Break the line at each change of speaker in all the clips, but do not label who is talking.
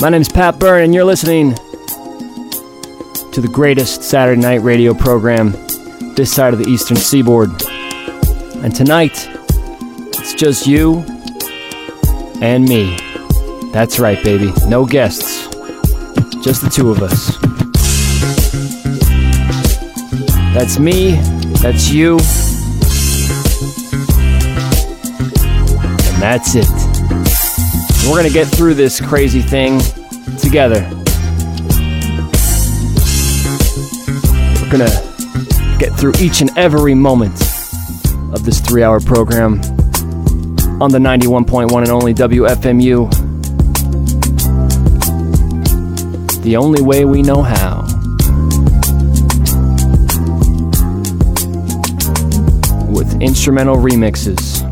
My name's Pat Byrne, and you're listening to the greatest Saturday night radio program this side of the Eastern Seaboard. And tonight, it's just you and me. That's right, baby. No guests. Just the two of us. That's me. That's you. And that's it. We're going to get through this crazy thing together. We're going to get through each and every moment of this three hour program on the 91.1 and only WFMU. The only way we know how. With instrumental remixes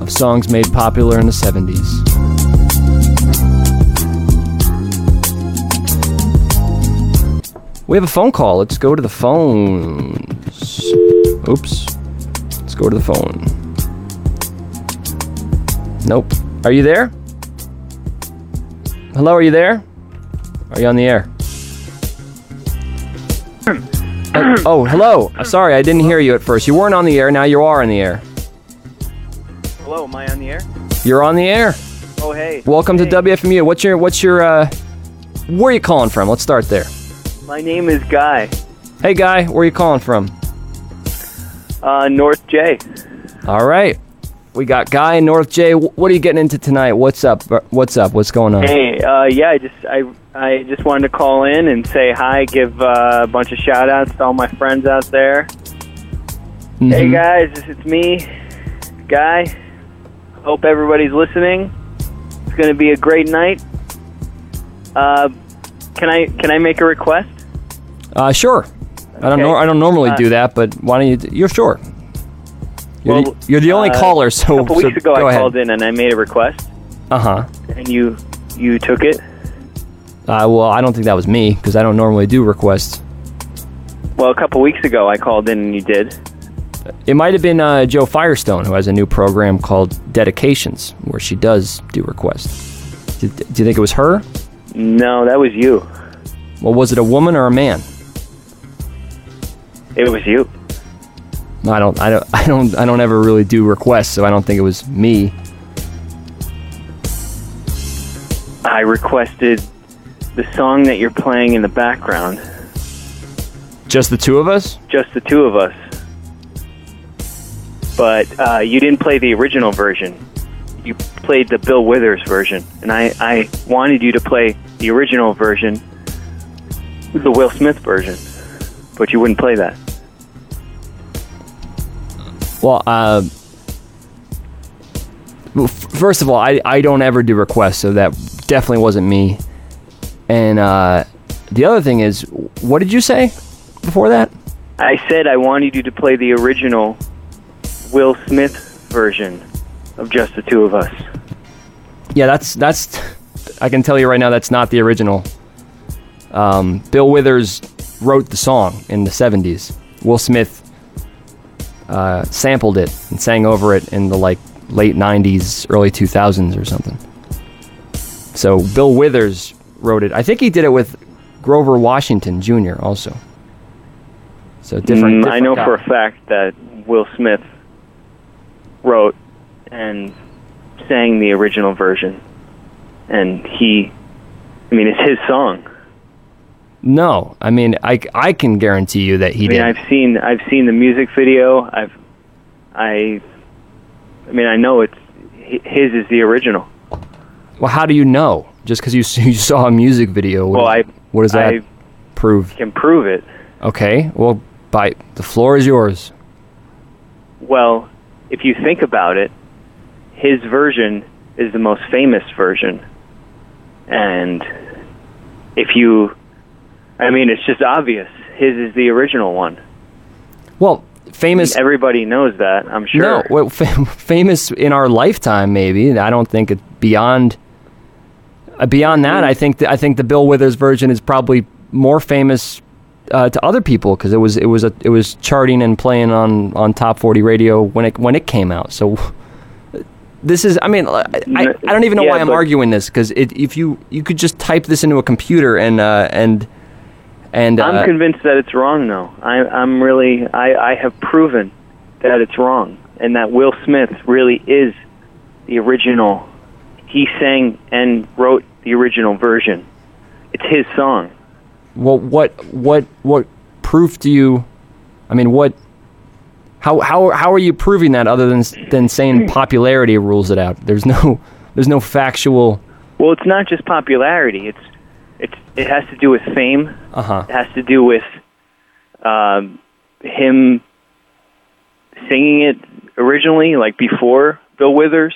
of songs made popular in the 70s. We have a phone call. Let's go to the phones. Oops. Let's go to the phone. Nope. Are you there? Hello, are you there? Are you on the air? Uh, oh, hello. Uh, Sorry, I didn't hear you at first. You weren't on the air, now you are on the air.
Hello, am I on the air?
You're on the air.
Oh, hey.
Welcome
Hey,
to WFMU. What's your what's your uh where are you calling from? Let's start there.
My name is Guy,
Hey guy, where are you calling from?
uh, North J.
All right. We got Guy in North J. Wh- What are you getting into tonight? What's up? bro- What's up? What's going on?
Hey, uh, yeah, I just I I just wanted to call in and say hi, give uh, a bunch of shout outs to all my friends out there. Hey
Mhm.
guys, this- it's me, Guy. Hope everybody's listening. It's going to be a great night. Uh, can I can I make a request?
Uh, sure. I don't
Okay.
know. I don't normally
Uh,
do that, but why don't you? d- You're sure. You're,
Well,
the, you're the only
uh,
caller, Oh, so
A couple weeks ago, I called
it.
in and I made a request,
Uh huh.
and you you took it.
Uh, well, I don't think that was me because I don't normally do requests.
Well, a couple weeks ago, I called in and you did.
It might have been uh, Joe Firestone who has a new program called Dedications, where she does do requests. Do, do you think it was her?
No, that was you.
Well, was it a woman or a man?
It was you.
No, I don't. I don't. I don't. I don't ever really do requests, so I don't think it was me.
I requested the song that you're playing in the background,
Just the two of us.
just the two of us. But uh, you didn't play the original version. You played the Bill Withers version, and I, I wanted you to play the original version, the Will Smith version, but you wouldn't play that.
Well, uh, well, f- first of all, I, I don't ever do requests, so that definitely wasn't me. And uh, the other thing is, what did you say before that?
I said I wanted you to play the original Will Smith version of just the two of us.
Yeah, that's that's. I can tell you right now, that's not the original. Um, Bill Withers wrote the song in the '70s. Will Smith uh, sampled it and sang over it in the like late '90s, early 2000s, or something. So Bill Withers wrote it. I think he did it with Grover Washington Jr. Also. So different.
Mm, I
different
know
guy.
for a fact that Will Smith wrote and sang the original version, and he, I mean, it's his song.
No, I mean I, I can guarantee you that he
I mean,
did.
I've seen I've seen the music video. I've I, I mean, I know it's hi- his is the original.
Well, how do you know? Just because you, s- you saw a music video? What,
Well, I
what does that
I
prove?
can prove it.
Okay, well, by the floor is yours.
Well, if you think about it, his version is the most famous version. And if you, I mean, it's just obvious. His is the original one.
Well, famous.
Everybody knows that, I'm sure.
No, well, fam- famous in our lifetime, maybe. I don't think it beyond. Uh, beyond that,
Hmm.
I think th- I think the Bill Withers version is probably more famous uh, to other people because it was it was a, it was charting and playing on, on top forty radio when it when it came out. So This is, I mean, I, I, I don't even know
Yeah,
why I'm
but-
arguing this because if you you could just type this into a computer and uh, and and uh,
I'm convinced that it's wrong, though. I, I'm really, I, I have proven that it's wrong, and that Will Smith really is the original. He sang and wrote the original version. It's his song.
well, what what what proof do you? I mean, what? How how how are you proving that other than than
Hmm.
saying popularity rules it out? There's no there's no factual.
Well, it's not just popularity. It's, it's, it has to do with fame.
Uh huh.
It has to do with um, him singing it originally, like before Bill Withers,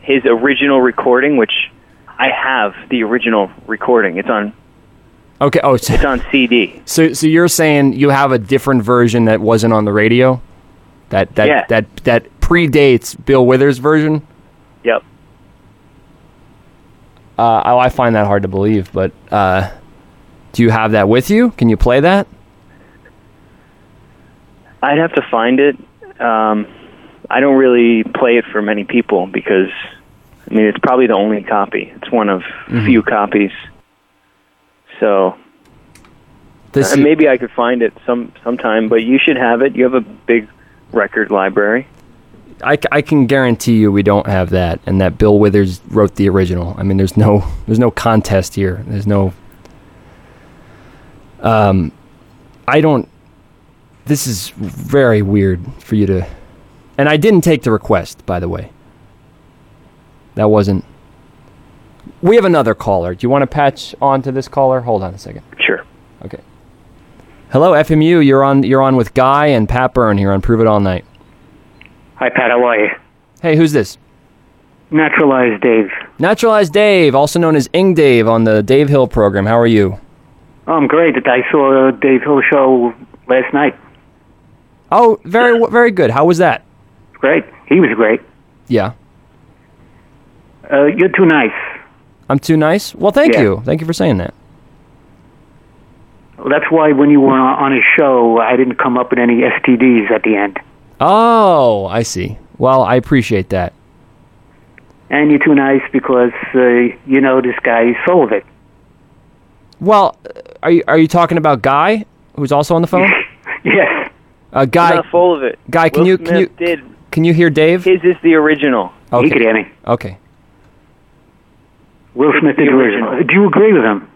his original recording, which I have the original recording. It's on
Okay. Oh, so,
it's on CD.
so so you're saying you have a different version that wasn't on the radio, that that
Yeah.
that that predates Bill Withers' version.
Yep.
Uh, I, I find that hard to believe, but uh, do you have that with you? Can you play that?
I'd have to find it. Um, I don't really play it for many people because I mean it's probably the only copy. It's one of
Mm-hmm.
few copies. So
This
Uh, maybe I could find it some sometime, but you should have it. You have a big record library.
I, c- I can guarantee you we don't have that, and that Bill Withers wrote the original. I mean, there's no there's no contest here. There's no. Um, I don't. This is very weird for you to, and I didn't take the request by the way. That wasn't. We have another caller. Do you want to patch on to this caller? Hold on a second.
Sure.
Okay. Hello, FMU. You're on. You're on with Guy and Pat Byrne here on Prove It All Night.
Hi, Pat. How are you?
Hey, who's this?
Naturalized Dave.
Naturalized Dave, also known as Ing Dave on the Dave Hill program. How are you?
Oh, I'm great. I saw uh, Dave Hill show last night.
Oh, very very good. How was that?
Great. He was great.
Yeah.
Uh, you're too nice.
I'm too nice. Well, thank
Yeah.
you. Thank you for saying that.
That's why when you were on his show, I didn't come up with any STDs at the end.
Oh, I see. Well, I appreciate that.
And you're too nice because uh, you know this guy is full of it.
Well, uh, are you are you talking about Guy, who's also on the phone?
Yes.
Uh,
I'm
Guy,
not full of it.
Guy, can
Will
you- can
Smith
you-
did
can you hear Dave?
his is the original.
Okay.
He could hear me.
Okay.
Will Smith
the
is
original.
original. Do you agree with him?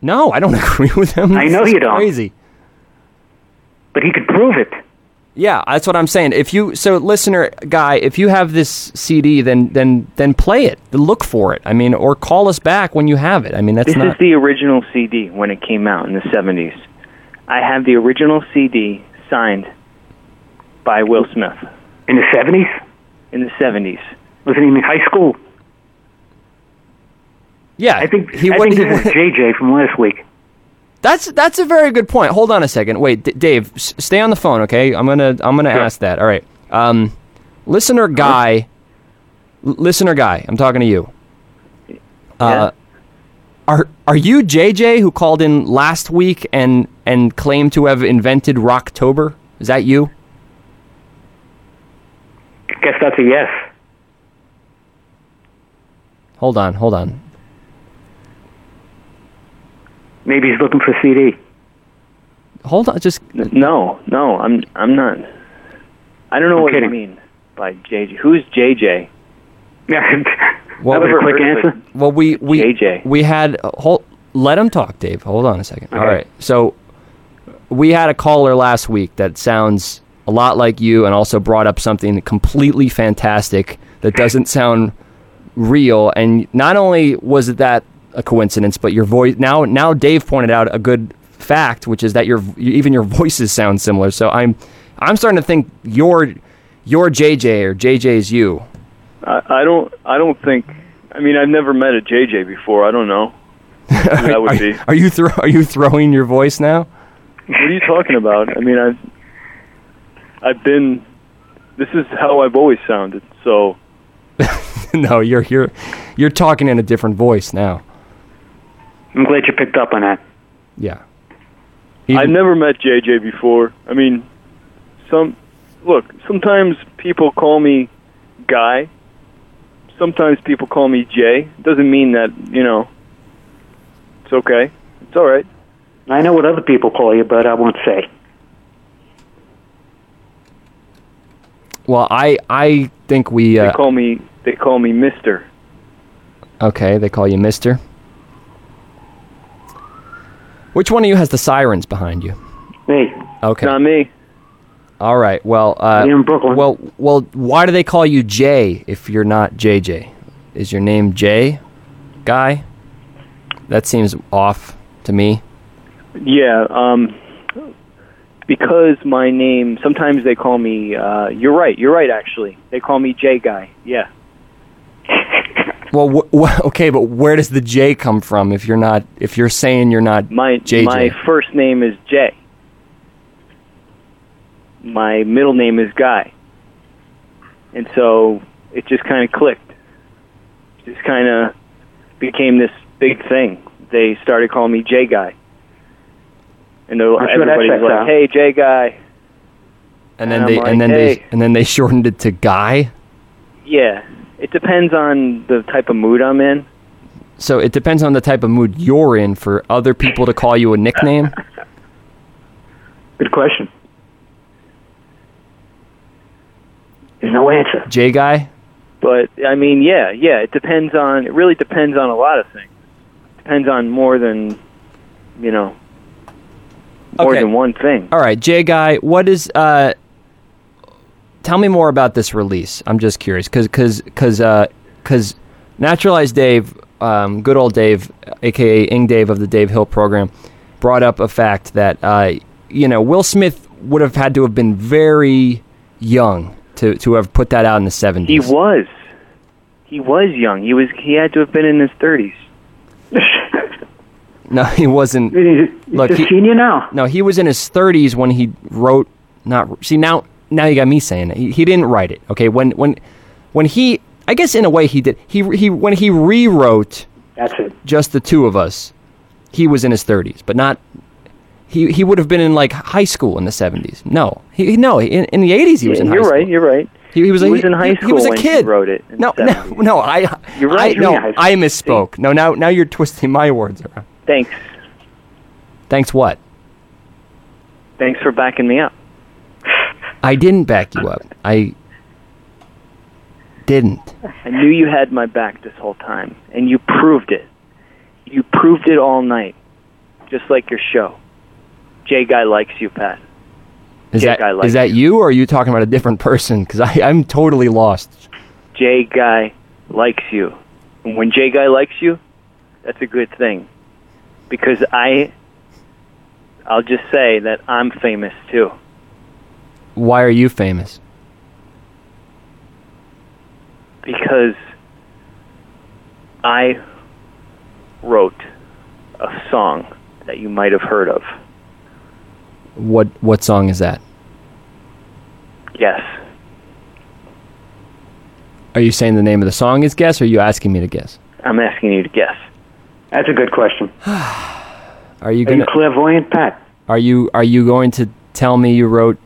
No, I don't agree with him.
I
This
know
is
you don't.
Crazy.
But he could prove it.
Yeah, that's what I'm saying. If you so listener guy, if you have this CD, then then then play it. Look for it. I mean, or call us back when you have it. I mean, that's
This
not.
is the original CD when it came out in the 70s. I have the original CD signed by Will Smith
In the 70s?
in the 70s.
Wasn't he in high school?
Yeah,
I think,
he
I
would.
think
He
this is
would-
JJ from last week.
that's that's a very good point. Hold on a second. Wait, D- Dave, s- stay on the phone, okay? I'm gonna I'm gonna ask that. All right. Um, listener guy, l- listener guy, I'm talking to you. Uh, Are are you JJ who called in last week and and claimed to have invented Rocktober? Is that you?
Guess that's a yes.
Hold on, hold on.
Maybe he's looking for a CD.
Hold on, just
yeah? No, no, I'm I'm not. I don't know what
kidding.
you mean by JJ. Who's JJ?
Yeah.
Well,
that was a
Never
quick
heard of it.
answer.
well we we
JJ.
we had hold let him talk, Dave. Hold on a second. All
Okay.
right. So we had a caller last week that sounds a lot like you and also brought up something completely fantastic that doesn't sound real and not only was that a coincidence but your voice now now Dave pointed out a good fact which is that your even your voices sound similar so I'm I'm starting to think your your JJ or JJ's you
I, I don't I don't think I mean I've never met a JJ before. I don't know. who that
are,
would be.
are you throw, are you throwing your voice now?
What are you talking about? I mean I've I've been this is how I've always sounded. So
no, you're you're you're talking in a different voice now.
I'm glad you picked up on that.
Yeah.
I've
Even-
never met JJ before. I mean, some look. Sometimes people call me guy, sometimes people call me Jay. Doesn't mean that you know. It's okay. It's all right.
I know what other people call you, but I won't say.
Well, I I think we uh,
They call me. They call me Mister.
okay. They call you Mister. Which one of you has the sirens behind you?
Hey,
Okay.
Not me.
All right. Well. Uh,
You're in Brooklyn.
Well, well. Why do they call you Jay if you're not JJ? Is your name Jay? Guy? That seems off to me.
Yeah. Um. Because my name. Sometimes they call me. Uh, you're right. You're right. Actually, they call me J Guy. Yeah.
Well, wh- wh- okay, but where does the J come from if you're not if you're saying you're not
My
JJ?
my first name is Jay. My middle name is Guy. And so it just kind of clicked. Just kind of became this big thing. They started calling me Jay Guy. And they're-
I'm sure that
everybody's
checks
like,
out.
"Hey, Jay Guy."
and then
I'm
they
like,
and then they
"Hey."
and then they shortened it to Guy.
Yeah. It depends on the type of mood I'm in.
So it depends on the type of mood you're in for other people to call you a nickname.
Good question. There's no answer.
J guy.
But I mean, yeah, yeah. It depends on. It really depends on a lot of things. Depends on more than, you know, more
Okay.
than one thing.
All right, J guy. What is? uh Tell me more about this release. I'm just curious because because because because uh, Naturalized Dave, um, good old Dave, aka Ing Dave of the Dave Hill program, brought up a fact that uh, you know Will Smith would have had to have been very young to to have put that out in the 70s.
He was, he was young. He was. He had to have been in his thirties.
no, he wasn't.
He's
Look,
a
he-
senior now.
No, he was in his 30s when he wrote. Not see now. Now you got me saying it. He, he didn't write it. Okay, when when when he, I guess in a way he did. He he when he rewrote
That's it.
just the two of us, he was in his 30s, but not. He he would have been in like high school in the 70s. No, he he- no in, in the 80s he was in high
you're
school.
right. You're right.
He, he was,
He
a-
was in high
He was
school
a
when he
kid.
wrote it in
No,
the
no,
70s.
no. I
You're right,
I,
you're
no,
in high school.
I misspoke. No, now now you're twisting my words around.
Thanks.
Thanks what?
Thanks for backing me up.
I didn't back you up. I didn't.
I knew you had my back this whole time, and you proved it. You proved it all night, just like your show. Jay Guy likes you, Pat.
Is
Dick,
that
I like
is that you or are you talking about a different person? Because I'm totally lost.
Jay Guy likes you. And when Jay Guy likes you, that's a good thing. Because I I'll just say that I'm famous too.
Why are you famous?
Because I wrote a song that you might have heard of.
What what song is that?
Yes.
Are you saying the name of the song is guess? Or are you asking me to guess?
I'm asking you to guess.
That's a good question.
Are you
Are you
gonna
clairvoyant, Pat?
are you are you going to tell me you wrote?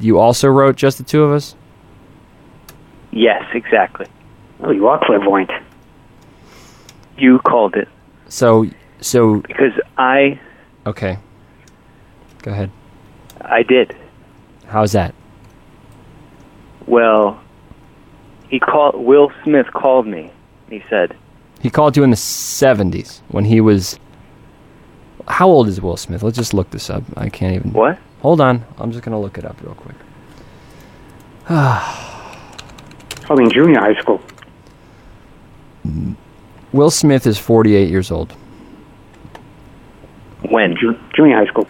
You also wrote just the two of us.
Yes, exactly.
Oh, you are clairvoyant.
You called it
So so
because I
okay. Go ahead.
I did.
How's that?
Well, he called Will Smith called me. He said,
He called you in the 70s when he was. How old is Will Smith? Let's just look this up. I can't even.
"What?
Hold on. I'm just going to look it up real quick.
Probably in junior high school.
Will Smith is 48 years old.
When?
Ju- Junior high school.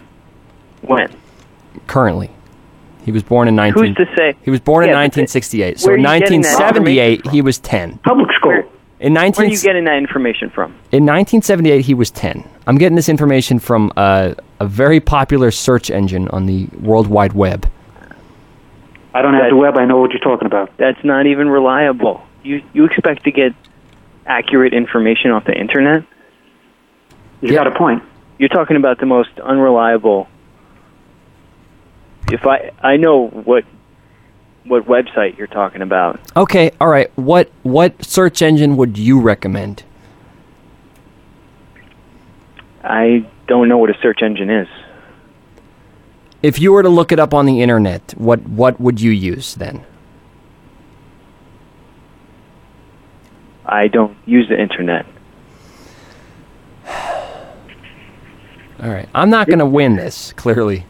When?"
Currently. He was born in 19.
Who's to say?
Mm. He was born in
Yeah, but
1968. So
where are
in
you getting that
1978, he was 10.
Public school.
In, 19,
Where are you getting that information from?
in 1978, he was 10. I'm getting this information from uh, a very popular search engine on the World Wide Web.
I don't have the web. I know what you're talking about.
That's not even reliable. You you expect to get accurate information off the internet?
You
Yeah.
got a point.
You're talking about the most unreliable. If I I know what what website you're talking about.
Okay, all right. What what search engine would you recommend?
I don't know what a search engine is.
If you were to look it up on the internet, what what would you use then?
I don't use the internet.
All right. I'm not going to win this, clearly.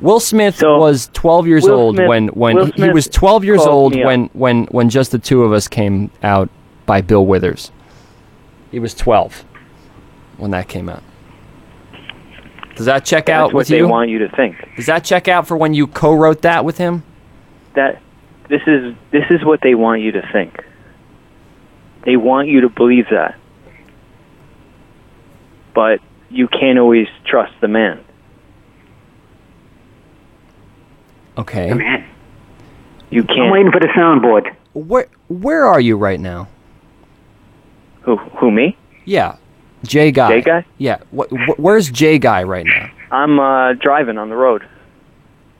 Will Smith
So,
was 12 years
Will
old
Smith-
when when
Will
he- he
Smith
was 12 years
called
old
me up.
when when when just the two of us came out by Bill Withers. He was 12 when that came out. Does that check
That's
out
what
with
they
you?
want you to think.
Does that check out for when you co-wrote that with him?
That this is this is what they want you to think. They want you to believe that. But you can't always trust the man.
Okay.
Man,
You
I'm
can't
waiting for the soundboard.
Where where are you right now?
who who me?
Yeah. J guy.
Jay guy?
Yeah. Wh- wh- where's J guy right now?
I'm uh, driving on the road.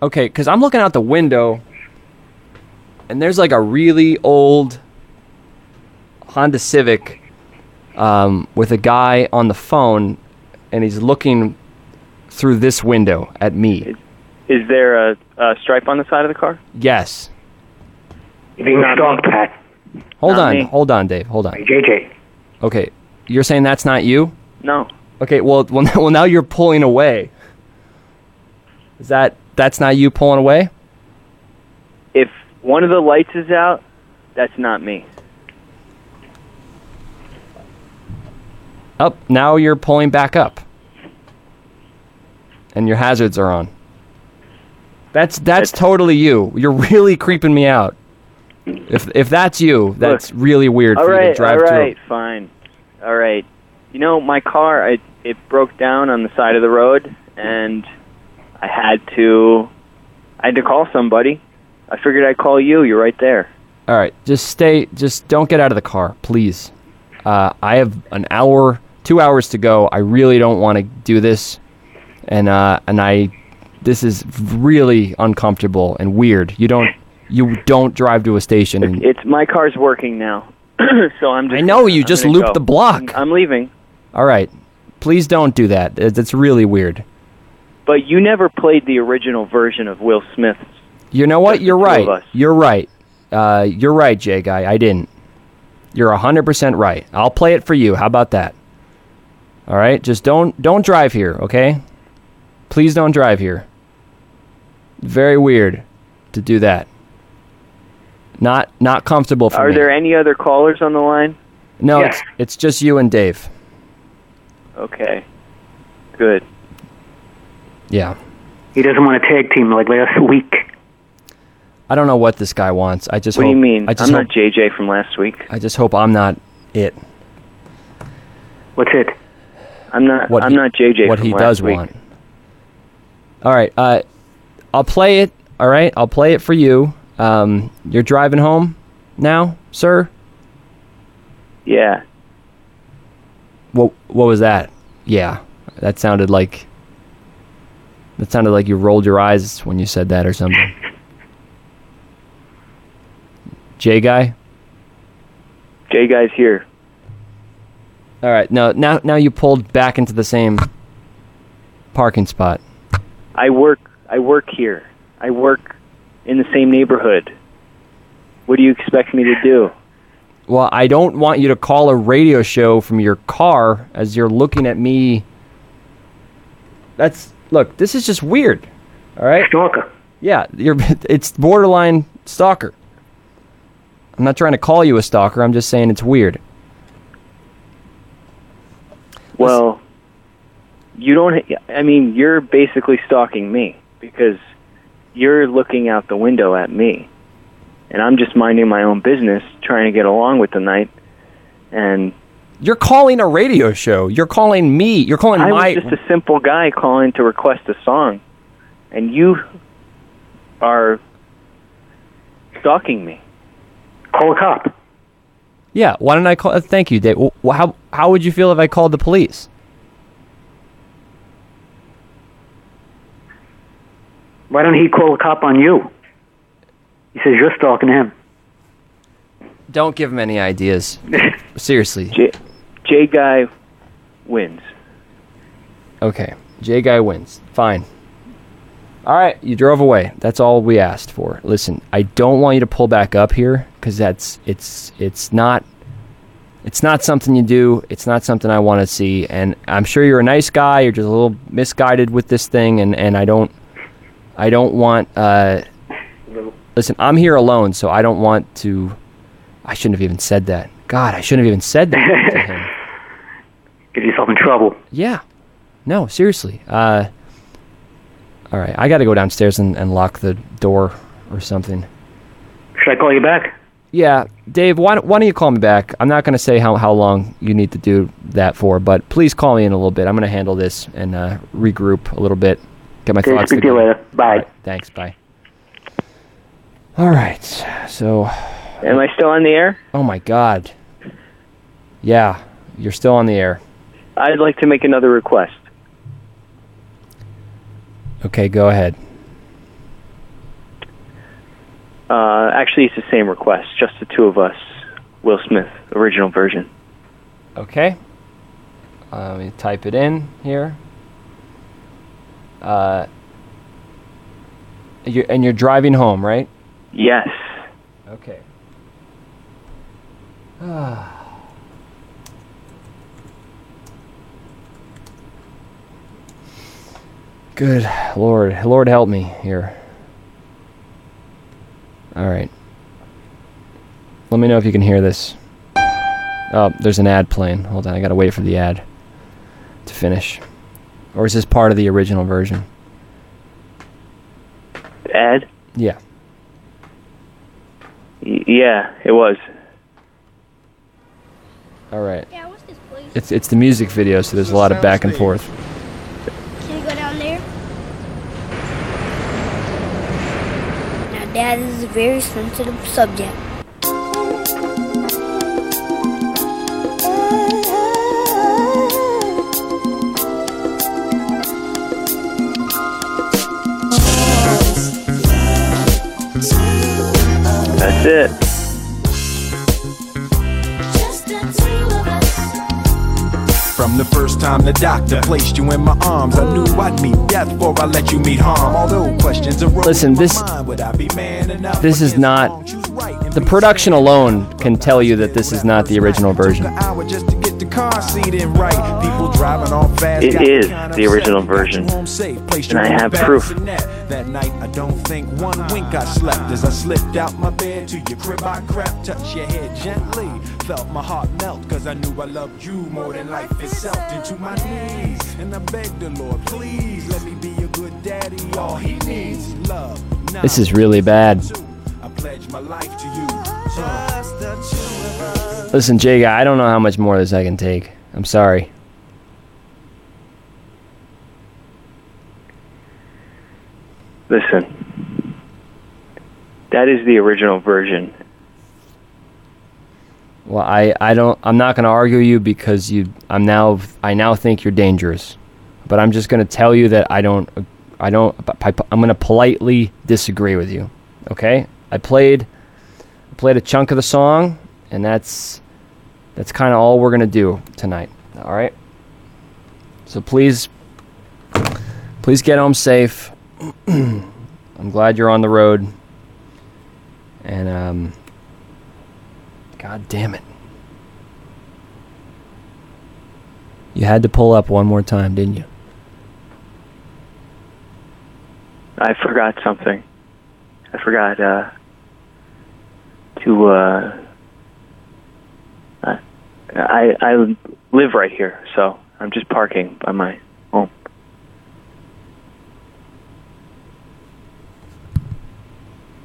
Okay, because I'm looking out the window, and there's like a really old Honda Civic um, with a guy on the phone, and he's looking through this window at me.
Is there a, a stripe on the side of the car?
Yes.
You're being
Not
stalked,
me.
Pat.
Hold
Not
on.
me.
Hold on, Dave. Hold
by
on.
JJ.
Okay, you're saying that's not you?
No.
Okay. Well, well, well now you're pulling away. Is that that's not you pulling away?
If one of the lights is out, that's not me.
Up. Oh, Now you're pulling back up. And your hazards are on. That's that's
That's-
totally you. You're really creeping me out. If if that's you, that's really weird
All
for you
right,
to drive
all
through.
right, fine. All right. You know, my car, I, it broke down on the side of the road, and I had to, I had to call somebody. I figured I'd call you. You're right there.
All right, just stay. Just don't get out of the car, please. Uh, I have an hour, two hours to go. I really don't want to do this, and uh, and I, this is really uncomfortable and weird. You don't you don't drive to a station. and-
It's my car's working now, so I'm. Just,
Mm. I know, you
I'm
just
gonna
looped
go.
the block.
I'm- I'm leaving,
All right, please don't do that. That- That's really weird.
but you never played the original version of Will Smith's.
You know what?
Just the
You're
two of
right.
us.
You're right. Uh, you're right, Jay guy. I didn't. You're hundred percent right. I'll play it for you. How about that? All right. Just don't don't drive here, okay? Please don't drive here. Very weird to do that. Not not comfortable for
Are
me.
there any other callers on the line?
no,
Yeah.
it's it's just you and Dave.
Okay, good.
Yeah.
He doesn't want to tag team like last week.
I don't know what this guy wants. I just
What do you
hope-
mean?
I just
I'm not
hope-
JJ from last week.
I just hope I'm not it.
What's it?
I'm not.
what
I'm
he-
not JJ.
what
from
he
last
does
week.
want. All right, uh, I'll play it. All right, I'll play it for you. Um, you're driving home now, sir.
Yeah.
What what was that? Yeah, that sounded like that sounded like you rolled your eyes when you said that or something. J guy.
Jay guy's here.
All right, now now now you pulled back into the same parking spot.
I work. I work here. I work in the same neighborhood. What do you expect me to do?
Well, I don't want you to call a radio show from your car as you're looking at me. That's look, this is just weird. All right?
Stalker.
Yeah, you're it's borderline stalker. I'm not trying to call you a stalker. I'm just saying it's weird.
Well, you don't. I mean, you're basically stalking me because you're looking out the window at me, and I'm just minding my own business, trying to get along with the night. And
You're calling a radio show. You're calling me. You're calling
I
my
was just a simple guy calling to request a song, and you are stalking me.
Call a cop.
Yeah, why don't I call uh, Thank you, Dave. Well, how how would you feel if I called the police?
Why don't he call a cop on you? He says, You're stalking him.
Don't give him any ideas. Seriously.
J, J guy wins.
Okay. J guy wins. Fine. All right, you drove away. That's all we asked for. Listen, I don't want you to pull back up here cuz that's it's it's not it's not something you do. It's not something I want to see and I'm sure you're a nice guy. You're just a little misguided with this thing and and I don't I don't want uh Listen, I'm here alone, so I don't want to I shouldn't have even said that. God, I shouldn't have even said that to him.
Get yourself in trouble.
Yeah. No, seriously. Uh, all right, I got to go downstairs and, and lock the door or something.
Should I call you back?
Yeah, Dave, why, don't- why don't you call me back? I'm not going to say how, how long you need to do that for, but please call me in a little bit. I'm going to handle this and uh, regroup a little bit, get my
Okay,
thoughts
speak to you
together.
later. Bye.
All right, thanks, bye. All right, so,
Am I still on the air?
oh my God. Yeah, you're still on the air.
I'd like to make another request.
Okay, go ahead.
Uh, actually, it's the same request, just the two of us. Will Smith, original version.
Okay. Uh, let me type it in here. Uh, you're, and you're driving home, right?
Yes.
Okay. Good Lord. Lord help me here. All right. Let me know if you can hear this. Oh, there's an ad playing. Hold on. I got to wait for the ad to finish. Or is this part of the original version?
Ed?
Yeah.
Y- yeah, it was.
All right.
Yeah, what's this place?
It's it's the music video, so there's a lot of back and forth.
Can you go down there? Now, Dad, this is a very sensitive subject.
That's it.
From the first time the doctor placed you in my arms, I knew I'd meet death before I let you meet harm. Although questions arose,
Listen,
in my
this-
mind, would I be man enough
this is
against
not-
wrong? Choose right and
the
be
production
sad.
alone can tell you that this is not the original version.
Took an hour just to get the car seat in right. People driving on fast
It
got
is
kinda
the original
upset. Got you
version.
home safe, placed
And
you
I
in
have
the back
proof.
of the net. That night I don't think one wink I slept as I slipped out my bed to your crib I crept, touched your head gently, felt my heart melt cause I knew I loved you more than life itself. Into my knees and I begged the Lord, please let me be a good daddy. All he needs is love.
This is really bad.
I pledge my life to you. Just the two of us.
Listen, Jay guy, I don't know how much more of this I can take. I'm sorry.
Listen. That is the original version.
Well, I, I don't I'm not going to argue you because you I'm now I now think you're dangerous. But I'm just going to tell you that I don't I don't I, am going to politely disagree with you. Okay? I played I played a chunk of the song and that's that's kind of all we're going to do tonight. All right? So please please get home safe. I'm glad you're on the road. And um God damn it. You had to pull up one more time, didn't you?
I forgot something. I forgot uh, to. Uh, I, I I live right here, so I'm just parking by my home.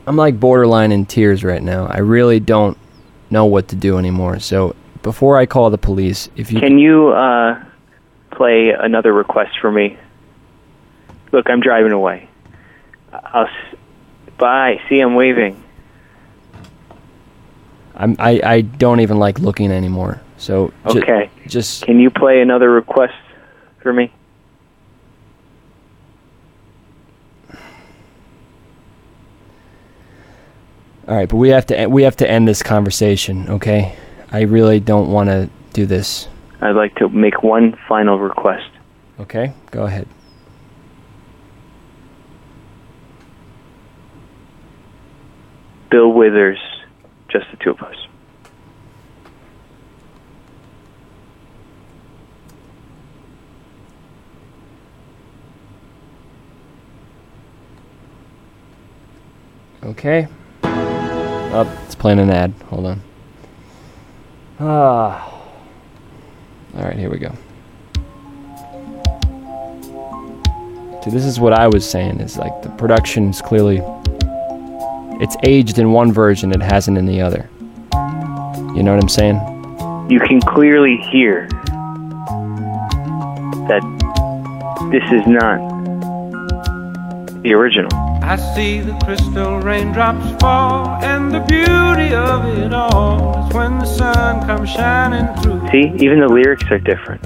I'm like borderline in tears right now. I really don't know what to do anymore. So before I call the police, if you
Can you uh, play another request for me? Look, I'm driving away. I'll s- bye. See, I'm waving.
I'm, I I don't even like looking anymore. So ju-
Okay.
just
Can you play another request for me?
All right, but we have to we have to end this conversation, okay? I really don't want to do this.
I'd like to make one final request.
Okay, go ahead.
Bill Withers, just the two of us.
Okay. Oh, it's playing an ad. Hold on. Ah. All right, here we go. So this is what I was saying is like the production is clearly it's aged in one version, it hasn't in the other. You know what I'm saying?
You can clearly hear that this is not the original.
I see the crystal raindrops fall, and the beauty of it all is when the sun comes shining through
See, even the lyrics are different.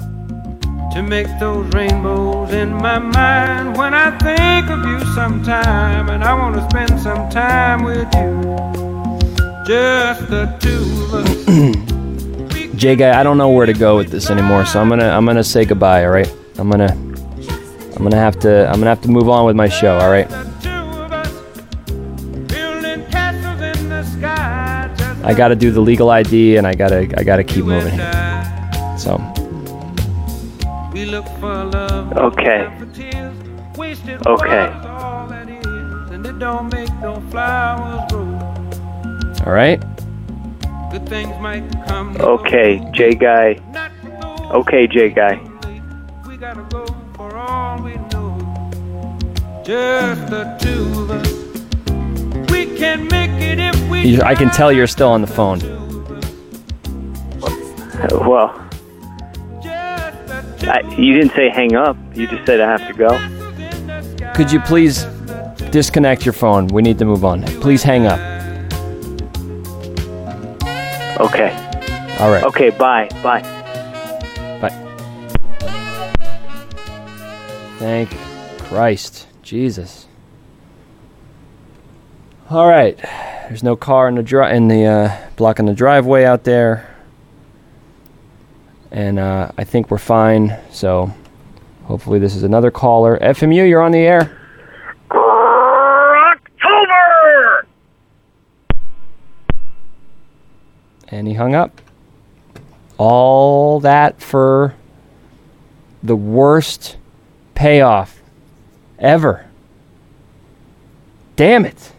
to make those rainbows in my mind. When I think of you sometime, and I want to spend some time with you, just the two of us.
Jay guy, I don't know where to go with this anymore, so I'm gonna I'm gonna say goodbye. All right, I'm gonna I'm gonna have to I'm gonna have to move on with my show. All right,
The two of us building castles in the sky. Just
I gotta do the legal ID and I gotta I gotta keep moving here. So
We look for love.
Okay.
look for tears, wasted
Okay.
words, all that is, and it don't make no flowers grow.
all right,
Good things might come. to
Okay, J Guy.
those, not for those
Okay, J Guy.
We gotta go for all we know. Just the two of us. We can make it if we.
you, I can
try.
tell you're still on the phone.
Well,
Just the two
I, you didn't say hang up. You just said I have to go.
castles in the sky.
Could you please disconnect your phone? We need to move on. Please hang up.
Okay.
All right.
Okay, bye. Bye.
Bye. Thank Christ. Jesus. All right. There's no car in the dri- in the uh, blocking the driveway out there. And uh, I think we're fine. So hopefully this is another caller. FMU, you're on the air.
October!
And he hung up. All that for the worst payoff ever. Damn it.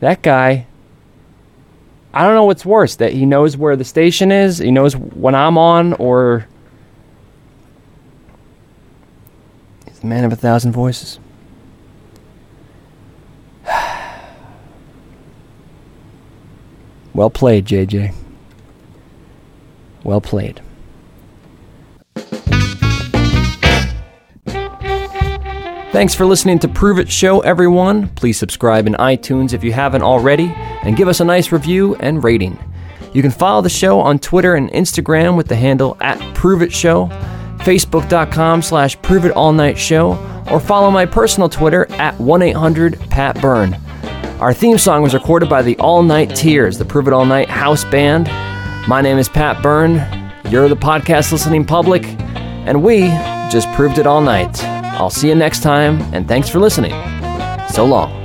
That guy, I don't know what's worse that he knows where the station is, he knows when I'm on, or he's the man of a thousand voices. Well played, JJ. Well played. Thanks for listening to Prove It Show, everyone. Please subscribe in iTunes if you haven't already, and give us a nice review and rating. You can follow the show on Twitter and Instagram with the handle at Prove It Show, Facebook.com slash Prove It All Night Show, or follow my personal Twitter at 1 800 Pat Byrne. Our theme song was recorded by the All Night Tears, the Prove It All Night house band. My name is Pat Byrne. You're the podcast listening public, and we just proved it all night. I'll see you next time, and thanks for listening. So long.